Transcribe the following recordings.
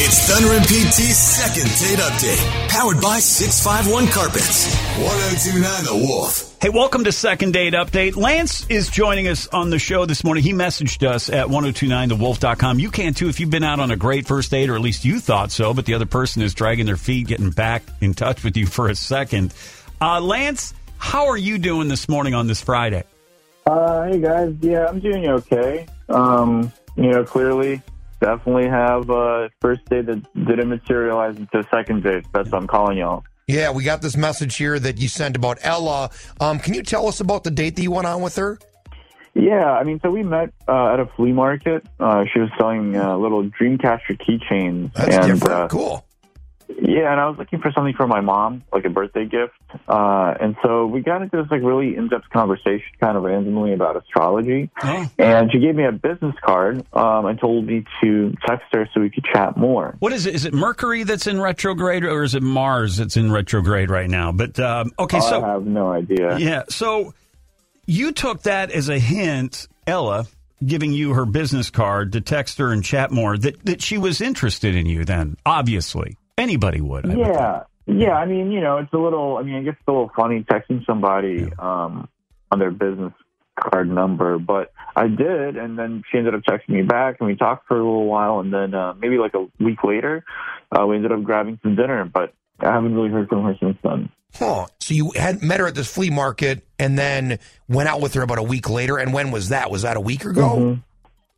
It's Thunder and PT's second date update, powered by 651 Carpets. 1029 The Wolf. Hey, welcome to Second Date Update. Lance is joining us on the show this morning. He messaged us at 1029thewolf.com. You can too if you've been out on a great first date, or at least you thought so, but the other person is dragging their feet, getting back in touch with you for a second. Uh, Lance, how are you doing this morning on this Friday? Uh, hey guys, yeah, I'm doing okay. Um, you know, clearly, definitely have uh, first date that didn't materialize into second date. That's what I'm calling y'all. Yeah, we got this message here that you sent about Ella. Um, can you tell us about the date that you went on with her? Yeah, I mean, so we met uh, at a flea market. Uh, she was selling uh, little Dreamcatcher keychains, That's and different. Uh, cool. Yeah, and I was looking for something for my mom, like a birthday gift. Uh, and so we got into this like really in-depth conversation, kind of randomly about astrology. Oh. And she gave me a business card um, and told me to text her so we could chat more. What is it? Is it Mercury that's in retrograde, or is it Mars that's in retrograde right now? But um, okay, so I have no idea. Yeah. So you took that as a hint, Ella giving you her business card to text her and chat more that, that she was interested in you then obviously anybody would I would think. Yeah. Yeah. I mean, you know, it's a little, I mean, I guess it's a little funny texting somebody um, on their business card number, but I did. And then she ended up texting me back and we talked for a little while. And then uh, maybe like a week later, uh, we ended up grabbing some dinner, but I haven't really heard from her since then. Huh. So you had met her at this flea market and then went out with her about a week later. And when was that? Was that a week Mm-hmm. ago?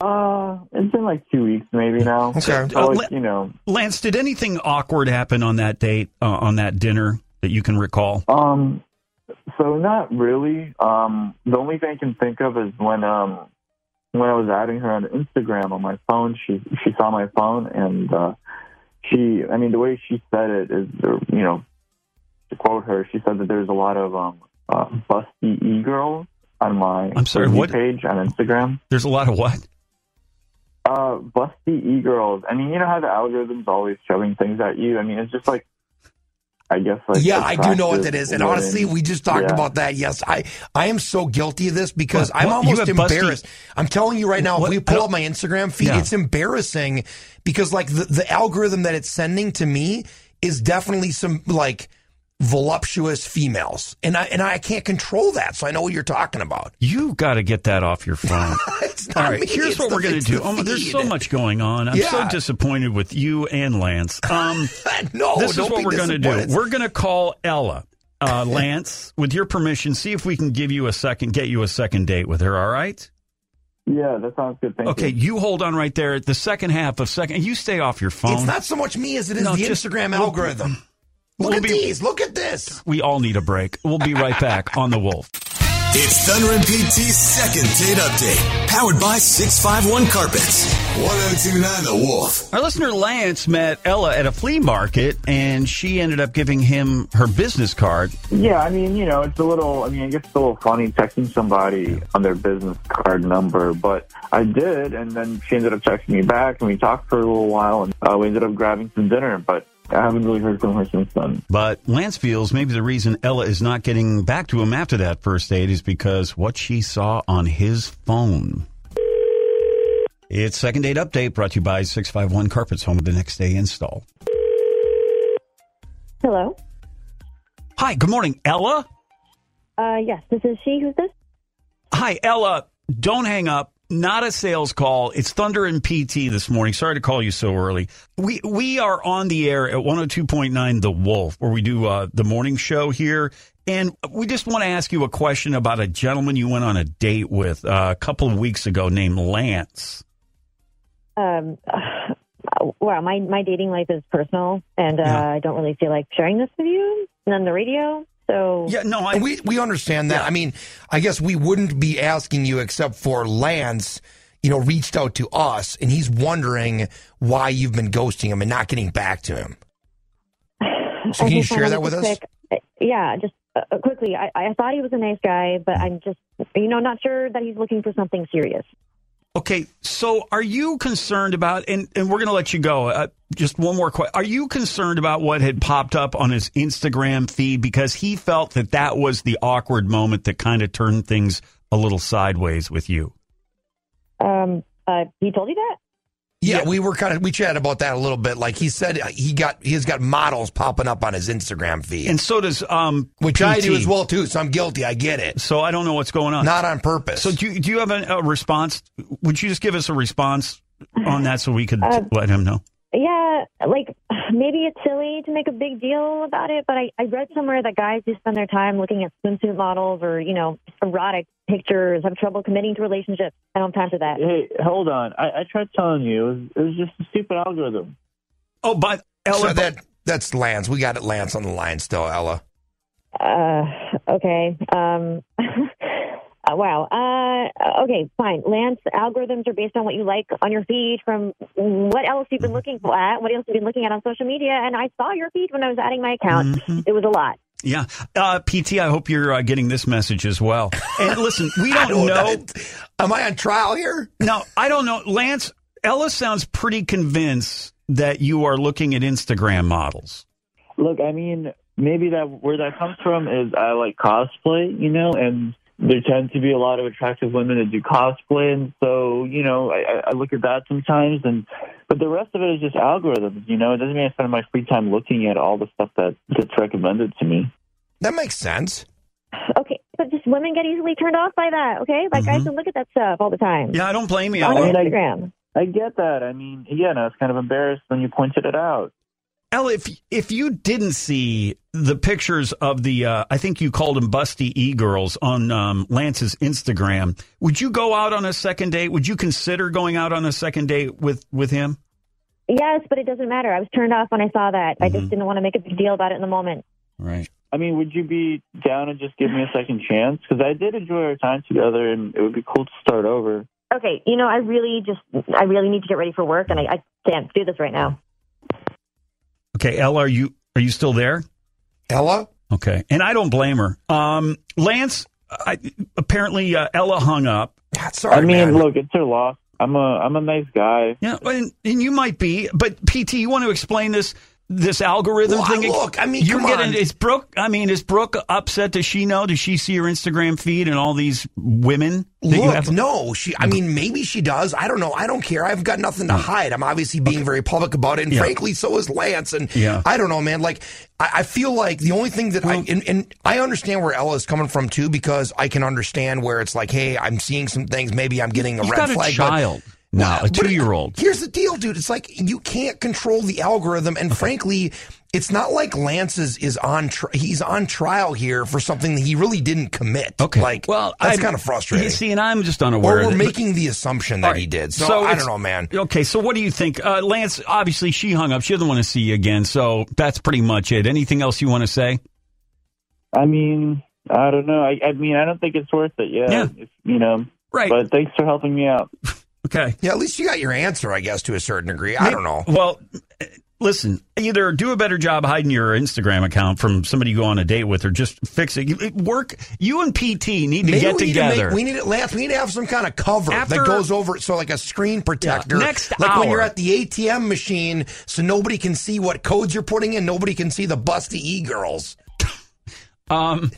Uh, it's been like two weeks maybe now. Okay. So, like, Uh, let- you know, Lance did anything awkward happen on that date uh, on that dinner that you can recall Um, so not really. Um, the only thing I can think of is when um, when I was adding her on Instagram on my phone, she she saw my phone and uh, she, I mean, the way she said it is, or, you know, to quote her, she said that there's a lot of um, uh, busty e girls on my I'm sorry, for me what? page on Instagram. there's a lot of what Uh, busty e girls. I mean, you know how the algorithm's always shoving things at you. I mean, it's just like. I guess like yeah, I do know what attractive that is. And women. honestly, we just talked Yeah. about that. Yes, I, I am so guilty of this because What? I'm What? You almost have busty- embarrassed. I'm telling you right now, What? if we I pull don't- up my Instagram feed, Yeah. it's embarrassing because like the, the algorithm that it's sending to me is definitely some like voluptuous females. And I and I can't control that. So I know what you're talking about. you got to get that off your phone It's not All right, me, here's it's what the- we're going it's to do. the Oh, my- there's feed. so much going on. I'm so Yeah. disappointed with you and Lance. Um, no, this is Oh, don't what be we're going to do. disappointed. We're going to call Ella, uh, Lance, with your permission. See if we can give you a second, get you a second date with her. All right. Yeah, that sounds good. Thank Okay, you. you hold on right there. The second half of second, you stay off your phone. It's not so much me as it is No, the just- Instagram we'll- algorithm. Look we'll at be- these. Look at this. we all need a break. We'll be right back on the Wolf. It's Thunder and PT's second date update, powered by 651 Carpets. 1029 The Wolf. Our listener Lance met Ella at a flea market, and she ended up giving him her business card. Yeah, I mean, you know, it's a little. I mean, I guess it's a little funny texting somebody on their business card number, but I did, and then she ended up texting me back, and we talked for a little while, and uh, we ended up grabbing some dinner, but I haven't really heard from her since then. But Lance feels maybe the reason Ella is not getting back to him after that first date is because what she saw on his phone. It's second date update brought to you by 651 Carpets, home of the next day install. Hello. Hi, good morning, Ella. Uh, yes, this is she. Who's this? Hi, Ella. Don't hang up. Not a sales call. It's Thunder and PT this morning. Sorry to call you so early. We we are on the air at 102.9 The Wolf, where we do uh, the morning show here. And we just want to ask you a question about a gentleman you went on a date with uh, a couple of weeks ago named Lance. Um, uh, wow, my my dating life is personal, and uh, Yeah. I don't really feel like sharing this with you and on the radio. So Yeah, no, I, And we we understand that. I mean, I guess we wouldn't be asking you except for Lance. you know, reached out to us and he's wondering why you've been ghosting him and not getting back to him. So I can you just share wanted that to with us? quick- Yeah, just uh, uh, quickly. I, I thought he was a nice guy, but I'm just, you know, not sure that he's looking for something serious. Okay, so are you concerned about, and, and we're going to let you go. Uh, just one more question. Are you concerned about what had popped up on his Instagram feed? Because he felt that that was the awkward moment that kind of turned things a little sideways with you. Um, uh, he told you that? Yeah, we were kind of we chatted about that a little bit. Like he said, he got he's got models popping up on his Instagram feed, And so does, um, which I do PT. as well too. So I'm guilty. I get it. So I don't know what's going on. Not on purpose. so do you, do you have a, a response? Would you just give us a response on that so we could let him know? Yeah, like maybe it's silly to make a big deal about it, but I, I read somewhere that guys who spend their time looking at swimsuit models or, you know, erotic pictures have trouble committing to relationships. I don't have time for that. Hey, hold on. I, I tried telling you. It was, it was just a stupid algorithm. Oh, but Ella, So that that's Lance. We got it, Lance on the line still, Ella. Uh, okay. Um, uh, wow. Uh, okay, fine. Lance, algorithms are based on what you like on your feed from what else you've been looking at, what else you've been looking at on social media. And I saw your feed when I was adding my account. It was a lot. Yeah. Uh, PT, I hope you're uh, getting this message as well. And listen, we don't know. Am I on trial here? No, I don't know. Lance, Ella sounds pretty convinced that you are looking at Instagram models. Look, I mean, maybe that where that comes from is I like cosplay, you know, and there tend to be a lot of attractive women that do cosplay, and so you know, I, I- I look at that sometimes, and but the rest of it is just algorithms, you know. It doesn't mean I spend my free time looking at all the stuff that gets recommended to me. That makes sense. Okay, but just women get easily turned off by that, okay? Like, guys can look at that stuff all the time. Yeah, I don't blame you, On Ella. mean, Mm-hmm. I- Instagram. I get that. I mean, yeah, no, I was kind of embarrassed when you pointed it out. Ella, if, if you didn't see the pictures of the, uh, I think you called them busty e girls on um, Lance's Instagram, would you go out on a second date? Would you consider going out on a second date with, with him? Yes, but it doesn't matter. I was turned off when I saw that. I Mm-hmm. just didn't want to make a big deal about it in the moment. Right. I mean, would you be down to just give me a second chance? Because I did enjoy our time together, and it would be cool to start over. Okay, you know, I really just, I really need to get ready for work, and I, I can't do this right now. Okay, Ella, are you, are you still there? Ella? Okay, and I don't blame her. Um, Lance, I, apparently uh, Ella hung up. God, sorry. I mean, man. look, it's her loss. I'm a I'm a nice guy. Yeah, and, and you might be, but PT, you want to explain this this algorithm Well, I- thing? look, I mean, you're come getting on. is Brooke. I mean, is Brooke upset? Does she know? Does she see your Instagram feed and all these women that you Look, have? no, she. I mean, maybe she does. I don't know. I don't care. I've got nothing to hide. I'm obviously being very public about it, and Mm. Yeah. frankly, so is Lance. And Yeah. I don't know, man. Like, I, I feel like the only thing that I and, and I understand where Ella is coming from too, because I can understand where it's like, hey, I'm seeing some things. Maybe I'm getting a You've red got a flag. but- child now, a but it- two year old. Here's the deal, dude. It's like you can't control the algorithm, and frankly, it's not like Lance's is on. Tri- he's on trial here for something that he really didn't commit. Okay, like well, that's I'm- kind of frustrating. You see, and I'm just unaware. Or of we're it. making the assumption that All right. he did. So, I don't it's- know, man. Okay, so what do you think, uh, Lance? Obviously, she hung up. She doesn't want to see you again. So that's pretty much it. Anything else you want to say? I mean, I don't know. I, I mean, I don't think it's worth it. Yeah, Yeah. If, you know. Right. But thanks for helping me out. Okay. Yeah, at least you got your answer, I guess, to a certain degree. I don't know. Well, eh, listen, either do a better job hiding your Instagram account from somebody you go on a date with or just fix it. You- it- Work, you and PT need to Maybe get we need to make- together. we need to, Lance. We need to have some kind of cover After- that goes over, so like a screen protector. Yeah, next like when hour. you're at the ATM machine, so nobody can see what codes you're putting in. Nobody can see the busty e girls. Um,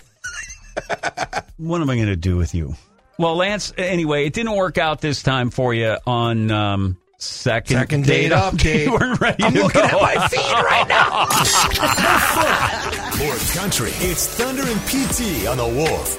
what am I going to do with you? Well, Lance, anyway, it didn't work out this time for you on um, second, Second date update. you weren't ready I'm to looking go. at my feed right now. More country. It's Thunder and PT on the Wolf.